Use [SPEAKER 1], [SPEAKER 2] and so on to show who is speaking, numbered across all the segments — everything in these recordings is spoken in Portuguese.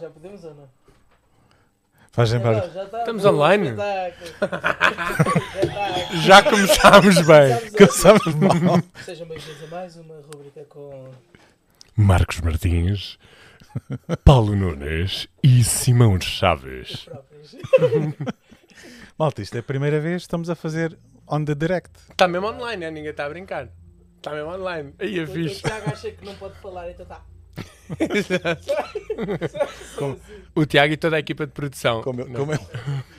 [SPEAKER 1] Já podemos ou não?
[SPEAKER 2] Faz
[SPEAKER 1] Já
[SPEAKER 2] lembrar.
[SPEAKER 1] tá, já tá,
[SPEAKER 3] Estamos online?
[SPEAKER 1] Já tá está.
[SPEAKER 2] Já começámos bem.
[SPEAKER 1] Começámos
[SPEAKER 2] Começámos mal.
[SPEAKER 1] Sejam bem-vindos a mais uma rubrica com.
[SPEAKER 2] Marcos Martins, Paulo Nunes e Simão de Chaves.
[SPEAKER 1] próprios.
[SPEAKER 2] Malta, isto é a primeira vez que estamos a fazer on the direct.
[SPEAKER 3] Está mesmo online, é? ninguém está a brincar. Está mesmo online. Aí é
[SPEAKER 1] O o
[SPEAKER 3] fixe.
[SPEAKER 1] Tiago acha que não pode falar, então tá.
[SPEAKER 3] O Tiago e toda a equipa de produção.
[SPEAKER 2] Como, ele-
[SPEAKER 3] Não.
[SPEAKER 2] como ele,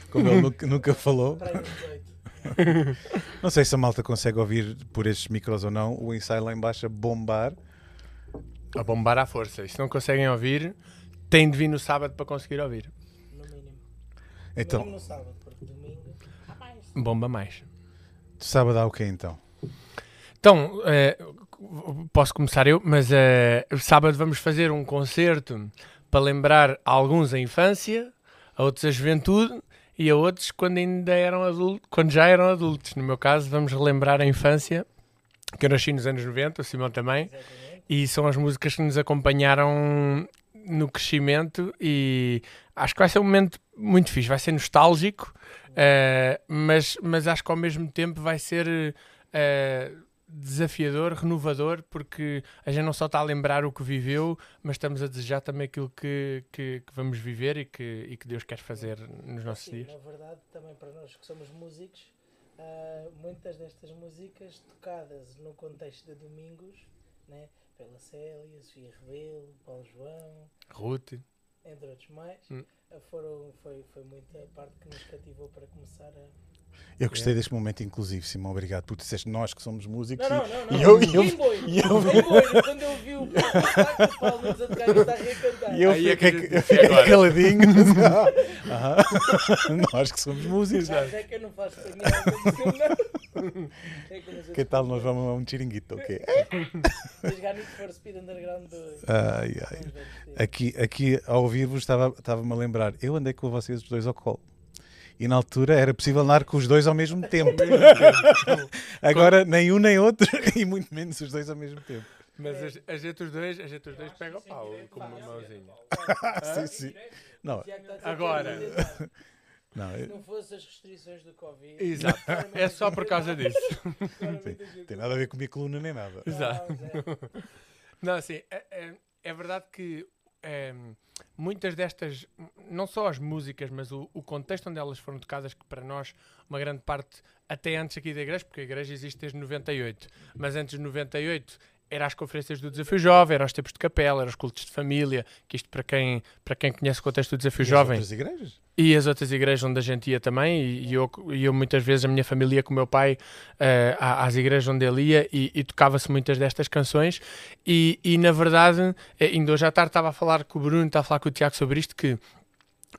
[SPEAKER 2] como ele nunca, nunca falou.
[SPEAKER 1] Para aí 18.
[SPEAKER 2] Não sei se a malta consegue ouvir por estes micros ou não o ensaio lá embaixo a bombar.
[SPEAKER 3] A bombar à força. E se não conseguem ouvir, têm de vir no sábado para conseguir ouvir.
[SPEAKER 1] No mínimo. Domingo
[SPEAKER 2] Então,
[SPEAKER 1] no sábado, porque domingo. Rapaz.
[SPEAKER 3] Bomba mais.
[SPEAKER 2] de sábado há o quê então?
[SPEAKER 3] Então, eh, posso começar eu, mas eh, sábado vamos fazer um concerto para lembrar a alguns a infância, a outros a juventude e a outros quando ainda eram adultos, quando já eram adultos. No meu caso, vamos relembrar a infância, que eu nasci nos anos 90, o Simão também,
[SPEAKER 1] Exatamente.
[SPEAKER 3] e são as músicas que nos acompanharam no crescimento e acho que vai ser um momento muito fixe, vai ser nostálgico, eh, mas, mas acho que ao mesmo tempo vai ser eh, desafiador, renovador, porque a gente não só está a lembrar o que viveu, mas estamos a desejar também aquilo que, que, que vamos viver e que, e que Deus quer fazer nos nossos
[SPEAKER 1] Sim,
[SPEAKER 3] dias.
[SPEAKER 1] na verdade, também para nós que somos músicos, ah, muitas destas músicas tocadas no contexto de domingos, né? pela Célia, Sofia Rebelo, Paulo João.
[SPEAKER 3] Ruth.
[SPEAKER 1] entre outros mais. ah,
[SPEAKER 3] Hum.
[SPEAKER 1] Foram, foi, foi muito a parte que nos cativou para começar a. É.
[SPEAKER 2] Eu gostei deste momento, inclusive, Simão, obrigado. Tu disseste nós que somos músicos
[SPEAKER 1] Não, não, não, não.
[SPEAKER 2] e eu, e eu,
[SPEAKER 1] Game Boy.
[SPEAKER 2] e eu-
[SPEAKER 1] Game Boy. Quando eu vi o contacto, o Paulo Nunes a tocar guitarra e a cantar.
[SPEAKER 2] E eu
[SPEAKER 3] Aí é que
[SPEAKER 2] fiquei, eu
[SPEAKER 3] eu disse
[SPEAKER 2] fiquei
[SPEAKER 3] agora.
[SPEAKER 2] caladinho. Ah, Nós que somos músicos.
[SPEAKER 1] Ah, já que eu não faço a minha não. É que nos
[SPEAKER 2] Que
[SPEAKER 1] outros
[SPEAKER 2] tal nós vamos a um tiringuito, ok?
[SPEAKER 1] jogar Need for Speed Underground 2.
[SPEAKER 2] Ai, ai. é Aqui, aqui ao ouvir-vos estava- estava-me a lembrar. Eu andei com vocês os dois ao colo. E na altura era possível andar com os dois ao É mesmo tempo. Agora nem um nem outro e muito menos os dois ao mesmo tempo.
[SPEAKER 3] Mas a, a gente os dois, a gente os dois pega o pau com uma mãozinha.
[SPEAKER 2] Sim, Ah, sim. Não,
[SPEAKER 3] Agora.
[SPEAKER 2] não,
[SPEAKER 1] Se
[SPEAKER 2] eu-
[SPEAKER 1] não fossem as restrições do Covid.
[SPEAKER 3] Exato. É só por causa disso.
[SPEAKER 2] tem nada a ver com a minha coluna nem nada.
[SPEAKER 3] Exato. Não, assim, é, é- é verdade que é, muitas destas, não só as músicas, mas o, o contexto onde elas foram tocadas, que para nós, uma grande parte, até antes aqui da igreja, porque a igreja existe desde 98, mas antes de 98 era as conferências do Desafio Jovem, eram os tempos de capela, eram os cultos de família, que isto para quem, para quem conhece o contexto do
[SPEAKER 2] E
[SPEAKER 3] Desafio
[SPEAKER 2] as
[SPEAKER 3] Jovem...
[SPEAKER 2] outras igrejas?
[SPEAKER 3] E as outras igrejas onde a gente ia também, e, e eu, e eu muitas vezes, a minha família ia com o meu pai eh, à- às igrejas onde ele ia e, e tocava-se muitas destas canções. E, e, na verdade, eh, ainda hoje à tarde estava a falar com o Bruno, estava a falar com o Tiago sobre isto, que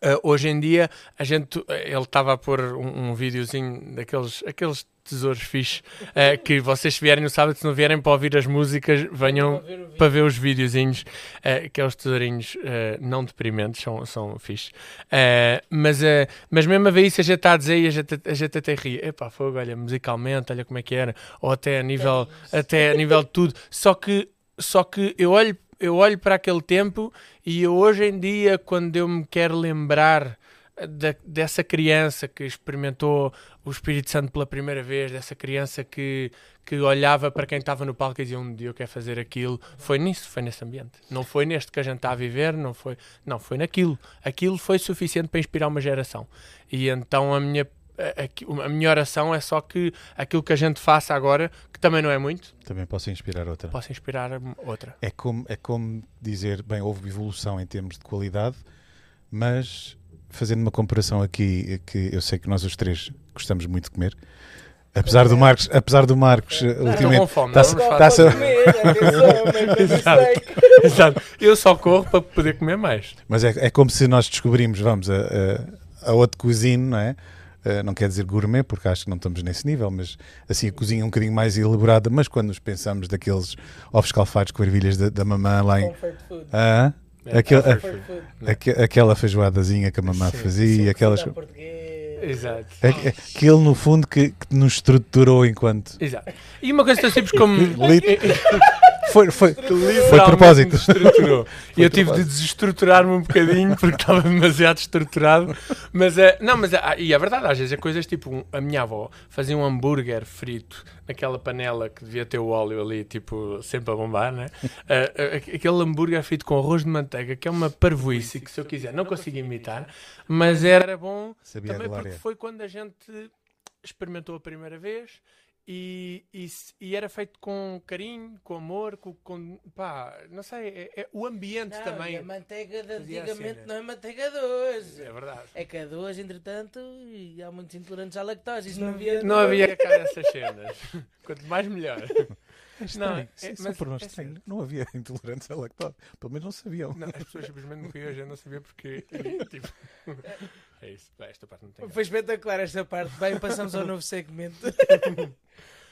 [SPEAKER 3] eh, hoje em dia a gente, eh, ele estava a pôr um, um videozinho daqueles aqueles tesouros fixes, eh, que vocês se vierem no sábado, se não vierem para ouvir as músicas, venham para ver os videozinhos, eh, aqueles tesourinhos eh, não deprimentes, são, são fixe. Eh, mas, eh, mas mesmo a ver isso, a gente está a dizer e a gente, a gente até ri. Epá, fogo, olha, musicalmente, olha como é que era. Ou até a nível, até a nível de tudo. Só que, só que eu olho eu olho para aquele tempo e eu, hoje em dia, quando eu me quero lembrar da- dessa criança que experimentou o Espírito Santo pela primeira vez, dessa criança que, que olhava para quem estava no palco e dizia um dia eu quero fazer aquilo, foi nisso, foi nesse ambiente. Não foi neste que a gente está a viver, não foi, não, foi naquilo. Aquilo foi suficiente para inspirar uma geração. E então a minha, a, a- a minha oração é só que aquilo que a gente faça agora, que também não é muito,
[SPEAKER 2] Também posso inspirar outra.
[SPEAKER 3] possa inspirar outra.
[SPEAKER 2] É como, é como dizer, bem, houve evolução em termos de qualidade, mas fazendo uma comparação aqui, eh, que eu sei que nós os três gostamos muito de comer, apesar do Marcos, apesar do Marcos eh,
[SPEAKER 3] Estou com
[SPEAKER 2] ultimamente,
[SPEAKER 3] fome,
[SPEAKER 2] tá-se-
[SPEAKER 3] É. não vamos
[SPEAKER 2] tá-se-
[SPEAKER 3] falar.
[SPEAKER 1] Exato.
[SPEAKER 3] Exato. Eu só corro para poder comer mais.
[SPEAKER 2] mas é, é como se nós descobrimos, vamos, a, a, a haute cuisine, não é? Eh, não quer dizer gourmet, porque acho que não estamos nesse nível, mas assim a cozinha é um bocadinho mais elaborada, mas quando nos pensamos daqueles ovos calfados com ervilhas da, da mamã lá em...
[SPEAKER 1] Comfort food.
[SPEAKER 2] Ah,
[SPEAKER 3] É,
[SPEAKER 2] aquele-
[SPEAKER 3] comfort
[SPEAKER 1] Comfort food.
[SPEAKER 2] aque- aquela feijoadazinha que a mamã
[SPEAKER 3] Sim,
[SPEAKER 2] fazia, aquelas...
[SPEAKER 1] Comida portuguesa.
[SPEAKER 3] Exato.
[SPEAKER 2] Aqu- Aquele, é no fundo, que, que nos estruturou enquanto.
[SPEAKER 3] Exato. E uma coisa tão simples como.
[SPEAKER 2] Lit- Foi, foi, foi de
[SPEAKER 3] Literalmente
[SPEAKER 2] propósito.
[SPEAKER 3] me destruturou. E eu tive
[SPEAKER 2] propósito.
[SPEAKER 3] de desestruturar-me um bocadinho porque estava demasiado estruturado. Mas é, não, mas é, e é verdade, às vezes é coisas tipo um- a minha avó fazia um hambúrguer frito naquela panela que devia ter o óleo ali, tipo, sempre a bombar, né? Ah, ah, aquele hambúrguer frito com arroz de manteiga que é uma parvoíce que, se eu quiser, não consigo imitar, mas era bom
[SPEAKER 2] Sabia a
[SPEAKER 3] também porque
[SPEAKER 2] glória.
[SPEAKER 3] foi quando a gente experimentou a primeira vez e, e se- e era feito com carinho, com amor, com, com- pá, não sei, é, é o ambiente
[SPEAKER 1] Não,
[SPEAKER 3] também.
[SPEAKER 1] e a manteiga de
[SPEAKER 3] fazia a
[SPEAKER 1] antigamente
[SPEAKER 3] cena.
[SPEAKER 1] não é manteiga de hoje.
[SPEAKER 3] É verdade.
[SPEAKER 1] É que a de hoje, entretanto, e há muitos intolerantes à lactose. Isso não havia.
[SPEAKER 3] Não havia cá dessas cenas. Quanto mais melhor. Não,
[SPEAKER 2] Estranho,
[SPEAKER 3] é-
[SPEAKER 2] isso
[SPEAKER 3] mas
[SPEAKER 2] por nós
[SPEAKER 3] é
[SPEAKER 2] estranho.
[SPEAKER 3] sério.
[SPEAKER 2] Não havia intolerantes à lactose. Pelo menos não sabiam.
[SPEAKER 3] Não, as pessoas simplesmente me hoje, eu não sabia porquê. Tipo, é isso. Pá, Esta parte não tem. graça.
[SPEAKER 1] Foi espetacular esta parte. Bem, passamos ao novo segmento.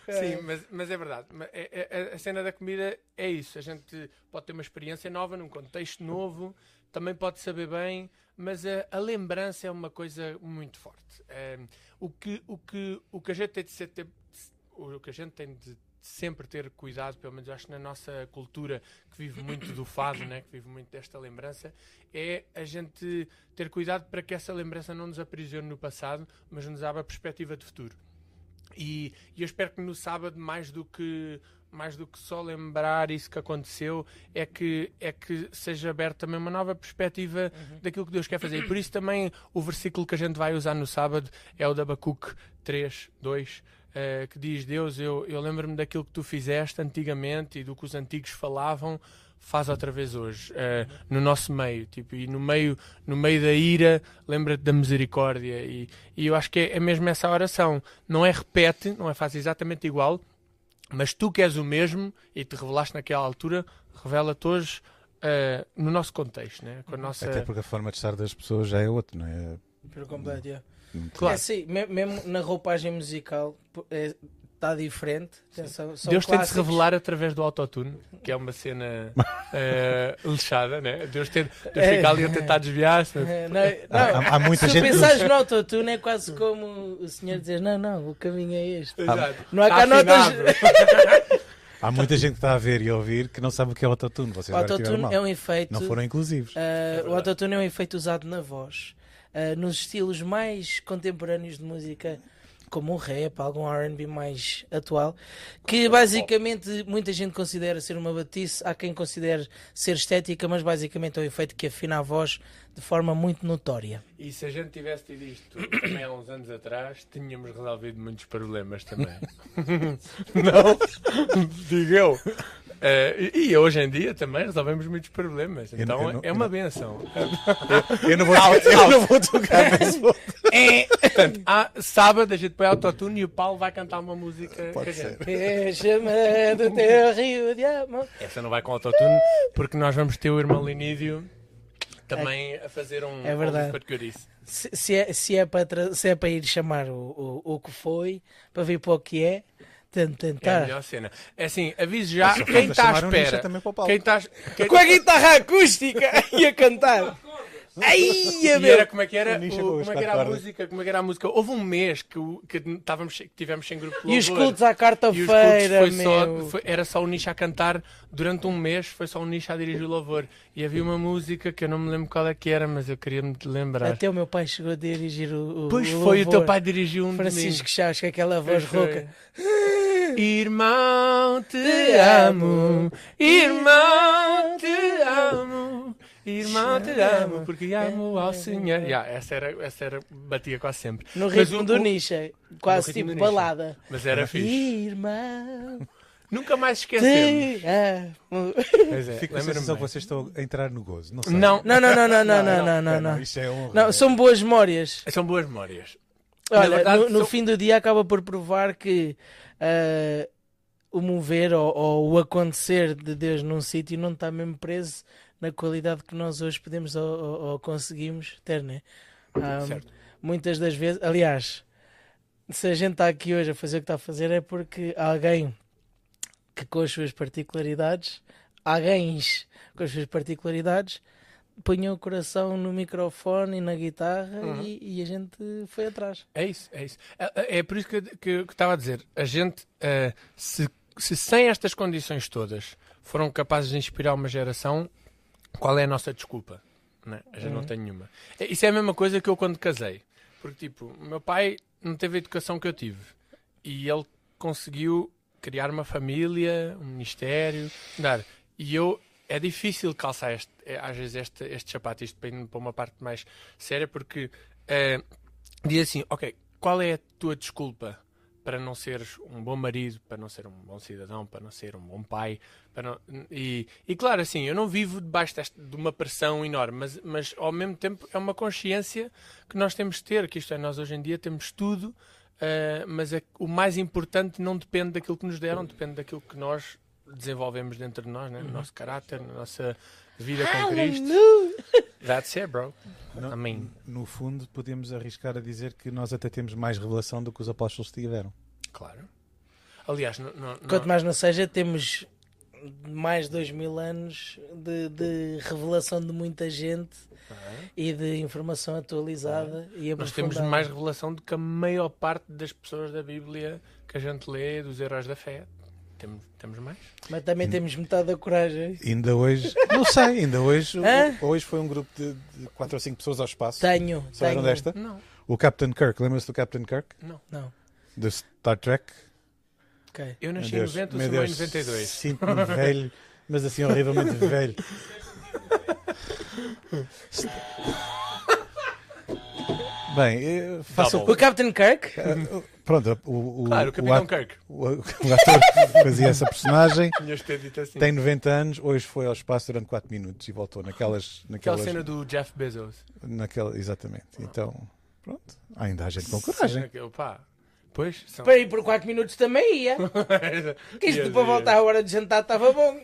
[SPEAKER 3] Sim, mas, mas é verdade. Ma- é- é- A cena da comida é isso. A gente pode ter uma experiência nova, num contexto novo, também pode saber bem, mas a, a lembrança é uma coisa muito forte. Eh, o, que, o, que, o que a gente tem de ser. ter- o que a gente tem de sempre ter cuidado, pelo menos acho que na nossa cultura que vive muito do fado, né, que vive muito desta lembrança, é a gente ter cuidado para que essa lembrança não nos aprisione no passado, mas nos abra a perspectiva de futuro. E, e eu espero que no sábado, mais do que mais do que só lembrar isso que aconteceu, é que, é que seja aberta também uma nova perspectiva daquilo que Deus quer fazer. E por isso também o versículo que a gente vai usar no sábado é o de Abacuque 3, 2, eh, que diz: Deus, eu, eu lembro-me daquilo que tu fizeste antigamente e do que os antigos falavam, faz outra vez hoje eh, no nosso meio tipo e no meio no meio da ira lembra-te da misericórdia e, e eu acho que é, é mesmo essa oração não é repete não é faz exatamente igual mas tu que és o mesmo e te revelaste naquela altura revela-te hoje eh, no nosso contexto né com a nossa
[SPEAKER 2] Até porque a forma de estar das pessoas já é outra, não é?
[SPEAKER 1] Por completo, yeah.
[SPEAKER 3] Claro.
[SPEAKER 1] É assim, me- mesmo na roupagem musical está diferente. Atenção, são
[SPEAKER 3] Deus tem de se
[SPEAKER 1] clássicos.
[SPEAKER 3] revelar através do autotune, que é uma cena eh, lixada, né? Deus, tem, Deus
[SPEAKER 1] É.
[SPEAKER 3] fica ali a tentar desviar-se. né? mas-
[SPEAKER 1] Eh, Não, não,
[SPEAKER 2] Ah, Há, há- há muita
[SPEAKER 1] se
[SPEAKER 2] gente. que-
[SPEAKER 1] pensares no autotune é quase como o senhor dizer: Não, não, o caminho é este.
[SPEAKER 3] Exato.
[SPEAKER 1] Não há
[SPEAKER 3] Está
[SPEAKER 1] cá notas.
[SPEAKER 3] afinado.
[SPEAKER 2] Há muita gente que está a ver e a ouvir que não sabe o que é o autotune. Vocês
[SPEAKER 1] O
[SPEAKER 2] agora tiveram
[SPEAKER 1] autotune
[SPEAKER 2] mal.
[SPEAKER 1] é um efeito.
[SPEAKER 2] Não foram inclusivos.
[SPEAKER 1] Uh, o autotune é um efeito usado na voz, uh, nos estilos mais contemporâneos de música, como o rap, algum RB mais atual, que basicamente muita gente considera ser uma batice, há quem considere ser estética, mas basicamente é um efeito que afina a voz de forma muito notória.
[SPEAKER 3] E se a gente tivesse tido isto também há uns anos atrás, tínhamos resolvido muitos problemas também. não? Digo eu. Eh, e, e hoje em dia também resolvemos muitos problemas.
[SPEAKER 2] não-
[SPEAKER 3] Então
[SPEAKER 2] eu não-
[SPEAKER 3] é uma benção.
[SPEAKER 2] Eu não vou, eu não vou tocar nesse ponto.
[SPEAKER 3] Portanto, há- Ah, sábado a gente põe autotune e o Paulo vai cantar uma música.
[SPEAKER 2] Pode
[SPEAKER 3] que a gente-
[SPEAKER 2] ser.
[SPEAKER 1] Deixa-me do teu rio de amor.
[SPEAKER 3] Essa não vai com autotune porque nós vamos ter o irmão Linídio também a fazer um.
[SPEAKER 1] É verdade.
[SPEAKER 3] um que eu disse.
[SPEAKER 1] Se, se é, se, é para tra- se é para ir chamar o, o, o que foi, para ver para o que é, tan, tan,
[SPEAKER 3] É a
[SPEAKER 1] tan.
[SPEAKER 3] melhor cena. É assim, aviso já, quem
[SPEAKER 2] falta
[SPEAKER 3] está à
[SPEAKER 2] chamar um nicho
[SPEAKER 3] espera.
[SPEAKER 2] também para o Paulo.
[SPEAKER 3] Quem está. Quem...
[SPEAKER 1] com a guitarra acústica e a cantar. Aí,
[SPEAKER 3] E era como é que era,
[SPEAKER 2] O nicho
[SPEAKER 3] o-
[SPEAKER 2] chegou a né?
[SPEAKER 3] como é que era a
[SPEAKER 2] estar
[SPEAKER 3] música, como é que era a música. Houve um mês que, o- que estávamos, que tivemos sem grupo de
[SPEAKER 1] E os
[SPEAKER 3] louvor.
[SPEAKER 1] cultos à
[SPEAKER 3] E os cultos
[SPEAKER 1] quarta-feira,
[SPEAKER 3] foi só,
[SPEAKER 1] meu.
[SPEAKER 3] foi- era só o nicho a cantar durante um mês, foi só o nicho a dirigir o louvor. E havia uma música que eu não me lembro qual é que era, mas eu queria-me de lembrar.
[SPEAKER 1] Até o meu pai chegou a dirigir o. o
[SPEAKER 3] Pois
[SPEAKER 1] o
[SPEAKER 3] foi, o teu
[SPEAKER 1] louvor.
[SPEAKER 3] pai dirigiu um
[SPEAKER 1] Francisco
[SPEAKER 3] domingo.
[SPEAKER 1] Chaves, com aquela voz
[SPEAKER 3] Pois foi.
[SPEAKER 1] rouca.
[SPEAKER 3] Irmão, te amo, irmão, te amo, irmão, te amo, porque amo ao Senhor. Yeah, essa, era, essa era, batia quase sempre.
[SPEAKER 1] No
[SPEAKER 3] Mas
[SPEAKER 1] ritmo
[SPEAKER 3] o-
[SPEAKER 1] do
[SPEAKER 3] o-
[SPEAKER 1] Nisha, quase
[SPEAKER 3] No ritmo
[SPEAKER 1] tipo
[SPEAKER 3] do Nisha.
[SPEAKER 1] balada.
[SPEAKER 3] Mas era fixe. é
[SPEAKER 1] Irmão,
[SPEAKER 3] Nunca mais esquecemos.
[SPEAKER 1] te amo.
[SPEAKER 3] Pois é,
[SPEAKER 2] Fico com a
[SPEAKER 3] lembra-me
[SPEAKER 2] sensação que
[SPEAKER 3] bem.
[SPEAKER 2] vocês estão a entrar no gozo. Não sei.
[SPEAKER 3] Não,
[SPEAKER 1] Não, não, não, não, não, não, não,
[SPEAKER 2] É,
[SPEAKER 1] não. não.
[SPEAKER 2] Isto é honra.
[SPEAKER 1] Não, são boas memórias.
[SPEAKER 3] são boas memórias. Na
[SPEAKER 1] Olha,
[SPEAKER 3] verdade,
[SPEAKER 1] no, no
[SPEAKER 3] são-
[SPEAKER 1] fim do dia acaba por provar que ah, o mover ou, ou o acontecer de Deus num sítio não está mesmo preso na qualidade que nós hoje podemos ou, ou- ou conseguimos ter, né? Ah,
[SPEAKER 3] Certo.
[SPEAKER 1] Muitas das vezes, aliás, se a gente está aqui hoje a fazer o que está a fazer é porque alguém que com as suas particularidades, alguém com as suas particularidades, punha o coração no microfone e na guitarra
[SPEAKER 3] Uhum.
[SPEAKER 1] e, e a gente foi atrás.
[SPEAKER 3] É isso, é isso. É, é por isso que, que, que estava a dizer. A gente, eh, se, se sem estas condições todas foram capazes de inspirar uma geração, qual é a nossa desculpa? Não é? Eu já não tenho nenhuma. É, Isso é a mesma coisa que eu quando casei. Porque, tipo, o meu pai não teve a educação que eu tive. E ele conseguiu criar uma família, um ministério. Dar. E eu. É difícil calçar este, é, às vezes este, este sapato, isto para ir para uma parte mais séria, porque eh, diz assim: ok, qual é a tua desculpa para não seres um bom marido, para não ser um bom cidadão, para não ser um bom pai. Para não- E, e claro, assim, eu não vivo debaixo desta- de uma pressão enorme, mas, mas ao mesmo tempo é uma consciência que nós temos de ter, que isto é, nós hoje em dia temos tudo, ah, mas é- o mais importante não depende daquilo que nos deram, depende daquilo que nós desenvolvemos dentro de nós, né? no nosso caráter, na nossa vida com Cristo. That's it, bro. I mean,
[SPEAKER 2] No fundo, podemos arriscar a dizer que nós até temos mais revelação do que os apóstolos tiveram.
[SPEAKER 3] claro. Aliás, não- não- não-
[SPEAKER 1] Quanto mais não seja, temos mais de dois mil anos de, de revelação de muita gente e de informação atualizada e
[SPEAKER 3] Nós temos
[SPEAKER 2] é
[SPEAKER 1] aprofundada.
[SPEAKER 3] mais revelação do que a maior parte das pessoas da Bíblia que a gente lê, dos heróis da fé. Temos, temos mais?
[SPEAKER 1] Mas também
[SPEAKER 3] Hum.
[SPEAKER 1] temos metade da coragem.
[SPEAKER 2] Ainda hoje, não sei, ainda hoje,
[SPEAKER 1] Hã?
[SPEAKER 2] o- hoje foi um grupo de, de quatro ou cinco pessoas ao espaço.
[SPEAKER 1] Tenho,
[SPEAKER 2] Souberam
[SPEAKER 1] tenho.
[SPEAKER 2] desta?
[SPEAKER 3] Não.
[SPEAKER 2] O Captain Kirk, lembra-se do Captain Kirk?
[SPEAKER 1] Não,
[SPEAKER 2] Do Star Trek?
[SPEAKER 1] ok.
[SPEAKER 3] Eu
[SPEAKER 2] Meu
[SPEAKER 3] nasci em
[SPEAKER 2] Deus,
[SPEAKER 3] 90,
[SPEAKER 2] meu
[SPEAKER 3] sou mãe em
[SPEAKER 2] Deus,
[SPEAKER 3] 92.
[SPEAKER 2] Sinto-me um velho, mas assim horrivelmente velho. Bem, eh, faça o.
[SPEAKER 1] O Captain Kirk?
[SPEAKER 2] Pronto, o, o,
[SPEAKER 3] Tá Claro, o
[SPEAKER 2] o,
[SPEAKER 3] Capitão
[SPEAKER 2] ato-
[SPEAKER 3] Kirk.
[SPEAKER 2] o, o ator que fazia essa personagem
[SPEAKER 3] Tinhas de ter dito assim.
[SPEAKER 2] tem 90 anos, hoje foi ao espaço durante 4 minutos e voltou naquelas.
[SPEAKER 3] Aquela
[SPEAKER 2] naquelas
[SPEAKER 3] cena do Jeff Bezos.
[SPEAKER 2] naquela, exatamente. Então, pronto. Ainda há gente com coragem.
[SPEAKER 3] Cena que- Opa. Pois, são...
[SPEAKER 1] Para ir por 4 minutos também ia. Que isto para voltar à hora de jantar estava bom.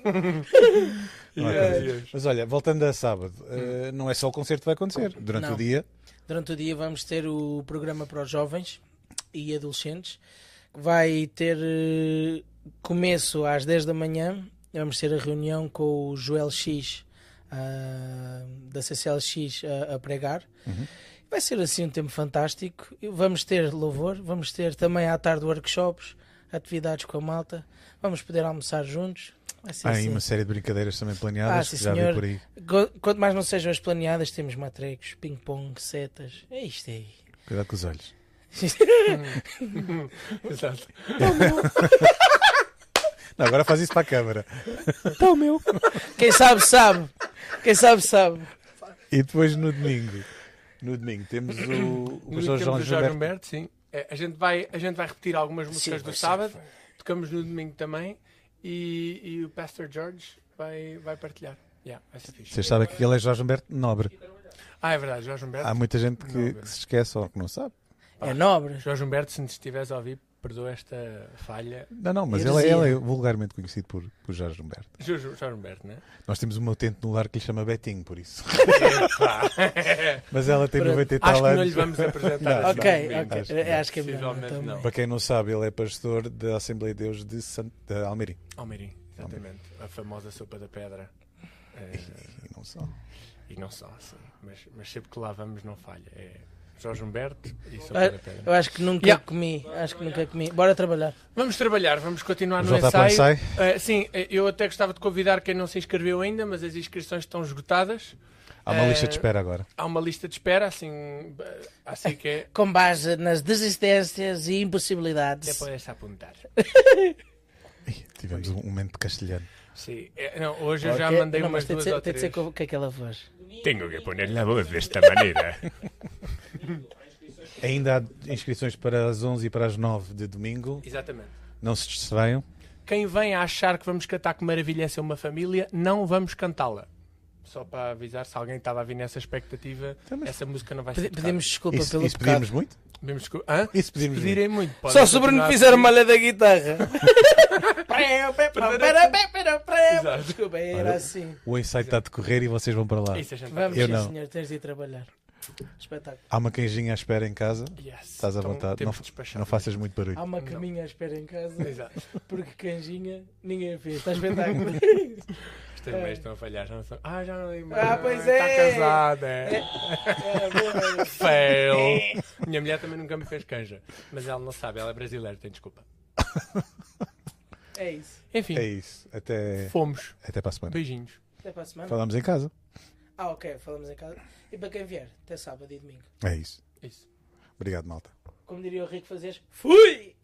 [SPEAKER 2] Não há coragem. Mas olha, voltando a sábado,
[SPEAKER 3] Hum.
[SPEAKER 2] eh, não é só o concerto que vai acontecer. Durante
[SPEAKER 1] Não.
[SPEAKER 2] o dia,
[SPEAKER 1] Durante o dia vamos ter o programa para os jovens e adolescentes, que vai ter eh, começo às 10 da manhã. Vamos ter a reunião com o Joel X ah, da CCLX a, a pregar. Vai ser assim um tempo fantástico. E Vamos ter louvor, vamos ter também à tarde workshops, atividades com a malta, vamos poder almoçar juntos. Vai ser
[SPEAKER 2] há aí
[SPEAKER 1] assim.
[SPEAKER 2] uma série de brincadeiras também planeadas
[SPEAKER 1] Ah,
[SPEAKER 2] que
[SPEAKER 1] sim,
[SPEAKER 2] já vi
[SPEAKER 1] senhor.
[SPEAKER 2] por aí.
[SPEAKER 1] Go- Quanto mais não sejam as planeadas, temos matrecos, ping-pong, setas. É isto aí.
[SPEAKER 2] Cuidado com os olhos.
[SPEAKER 3] Exato.
[SPEAKER 2] Não, agora faz isso para a câmara.
[SPEAKER 1] Quem sabe, sabe. Quem sabe, sabe.
[SPEAKER 2] E depois no domingo. No domingo temos o, o
[SPEAKER 3] No
[SPEAKER 2] João
[SPEAKER 3] temos
[SPEAKER 2] João
[SPEAKER 3] o Jorge
[SPEAKER 2] Gilberto.
[SPEAKER 3] Humberto, sim. É, a, gente vai, a gente vai repetir algumas músicas
[SPEAKER 1] Sim,
[SPEAKER 3] do
[SPEAKER 1] vai ser.
[SPEAKER 3] sábado. Tocamos no domingo também. E, e o Pastor George vai, vai partilhar. Yeah, vai ser fixe.
[SPEAKER 2] Vocês sabem que ele é Jorge Humberto Nobre.
[SPEAKER 3] Ah, é verdade, Jorge Humberto.
[SPEAKER 2] Há muita gente que,
[SPEAKER 3] Nobre.
[SPEAKER 2] que se esquece ou que não sabe.
[SPEAKER 1] É nobre.
[SPEAKER 3] Jorge Humberto, se nos estiveres a ouvir, perdoa esta falha.
[SPEAKER 2] Não, não, mas ele é,
[SPEAKER 1] Heresia.
[SPEAKER 2] ele é vulgarmente conhecido por, por Jorge Humberto.
[SPEAKER 3] Jo- Jo- Jorge Humberto, né?
[SPEAKER 2] Nós temos uma utente no lar que lhe chama Betinho, por isso.
[SPEAKER 3] Epá.
[SPEAKER 2] Mas ela tem
[SPEAKER 1] Pronto.
[SPEAKER 2] 90 e
[SPEAKER 3] Acho
[SPEAKER 2] tal
[SPEAKER 3] que não
[SPEAKER 2] anos.
[SPEAKER 3] lhe vamos apresentar.
[SPEAKER 2] Não,
[SPEAKER 3] assim
[SPEAKER 1] Ok,
[SPEAKER 3] mesmo.
[SPEAKER 1] ok.
[SPEAKER 2] acho que
[SPEAKER 1] É, Acho que é melhor.
[SPEAKER 3] Possivelmente
[SPEAKER 1] também.
[SPEAKER 3] não.
[SPEAKER 2] Para quem não sabe, ele é pastor da Assembleia de Deus de, Sant... de Almeirim.
[SPEAKER 3] Almeirim, exatamente. A famosa sopa da pedra. Eh,
[SPEAKER 2] E não só.
[SPEAKER 3] e não só, assim. Mas, mas sempre que lá vamos, não falha. É Jorge Humberto e sopa da
[SPEAKER 1] Ah,
[SPEAKER 3] pedra.
[SPEAKER 1] Eu acho que nunca
[SPEAKER 3] Yeah.
[SPEAKER 1] comi. Acho que nunca comi. Bora trabalhar.
[SPEAKER 3] Vamos trabalhar, vamos continuar no
[SPEAKER 2] Voltar tá para o
[SPEAKER 3] ensaio.
[SPEAKER 2] ensaio.
[SPEAKER 3] Eh, sim, eh, eu até gostava de convidar quem não se inscreveu ainda, mas as inscrições estão esgotadas.
[SPEAKER 2] Há uma
[SPEAKER 3] Eh,
[SPEAKER 2] lista de espera agora.
[SPEAKER 3] Há uma lista de espera, assim, eh, assim que é.
[SPEAKER 1] Com base nas desistências e
[SPEAKER 3] Até
[SPEAKER 1] impossibilidades.
[SPEAKER 3] podes apontar.
[SPEAKER 2] Ih, Tivemos um momento de castelhano.
[SPEAKER 3] Sim, eh, não, hoje eu já
[SPEAKER 1] Ok?
[SPEAKER 3] mandei
[SPEAKER 1] Não,
[SPEAKER 3] umas
[SPEAKER 1] mas tem de
[SPEAKER 3] duas
[SPEAKER 1] ser-
[SPEAKER 3] ou
[SPEAKER 1] Tem de ser
[SPEAKER 3] três.
[SPEAKER 1] com é com aquela voz.
[SPEAKER 4] Tengo que poner la voz de esta manera.
[SPEAKER 2] Ainda há inscrições para as 11 e para as 9 de domingo.
[SPEAKER 3] Exatamente.
[SPEAKER 2] Não se distraiam.
[SPEAKER 3] Quem vem a achar que vamos cantar que maravilha é ser uma família, não vamos cantá-la. Só para avisar, se alguém estava a vir nessa expectativa, essa música não vai ser.
[SPEAKER 1] Então, Pedi-
[SPEAKER 3] tocada.
[SPEAKER 1] Pedimos desculpa
[SPEAKER 2] Isso,
[SPEAKER 1] pelo
[SPEAKER 2] isso pedimos
[SPEAKER 1] pecado.
[SPEAKER 2] muito?
[SPEAKER 3] Pedimos desculpa. Hã?
[SPEAKER 2] Isso pedimos
[SPEAKER 3] Se pedirem muito. podem
[SPEAKER 1] Só se o Bruno
[SPEAKER 3] continuar a
[SPEAKER 1] fizer a
[SPEAKER 3] pedir.
[SPEAKER 1] malha da guitarra. Pera, pera, pera, pera, pera, pera.
[SPEAKER 3] Exato. é-
[SPEAKER 1] Desculpa, era assim.
[SPEAKER 2] O ensaio está a decorrer e vocês vão para lá.
[SPEAKER 3] Isso a gente vai
[SPEAKER 1] Vamos,
[SPEAKER 3] pedir.
[SPEAKER 2] Eu
[SPEAKER 1] sim,
[SPEAKER 2] não.
[SPEAKER 1] senhor, tens de ir trabalhar. Espetáculo.
[SPEAKER 2] Há uma queijinha à espera em casa.
[SPEAKER 3] Yes.
[SPEAKER 2] Estás à
[SPEAKER 3] Então,
[SPEAKER 2] vontade.
[SPEAKER 3] temos
[SPEAKER 2] Não,
[SPEAKER 3] de despachar.
[SPEAKER 2] não faças muito barulho.
[SPEAKER 1] Há
[SPEAKER 3] um
[SPEAKER 1] uma caminha à espera em casa,
[SPEAKER 3] Exato.
[SPEAKER 1] porque canjinha ninguém fez. Está espetáculo.
[SPEAKER 3] Os meus é estão a falhar. Já não são... Ah, já não lembro.
[SPEAKER 1] Ah, pois
[SPEAKER 3] Está
[SPEAKER 1] é.
[SPEAKER 3] casada. É.
[SPEAKER 1] Era bom, era-
[SPEAKER 3] Fail. Minha mulher também nunca me fez canja. Mas ela não sabe, ela é brasileira, tem desculpa.
[SPEAKER 1] É isso.
[SPEAKER 3] Enfim,
[SPEAKER 2] É isso. Até,
[SPEAKER 3] fomos.
[SPEAKER 2] até para a semana.
[SPEAKER 3] Beijinhos.
[SPEAKER 1] Até para a semana.
[SPEAKER 2] Falamos em casa.
[SPEAKER 1] Ah, ok, falamos em casa. E para quem vier, até sábado e domingo.
[SPEAKER 2] É isso.
[SPEAKER 3] Isso.
[SPEAKER 2] Obrigado, malta.
[SPEAKER 1] Como diria o Rico Fazeres, fui!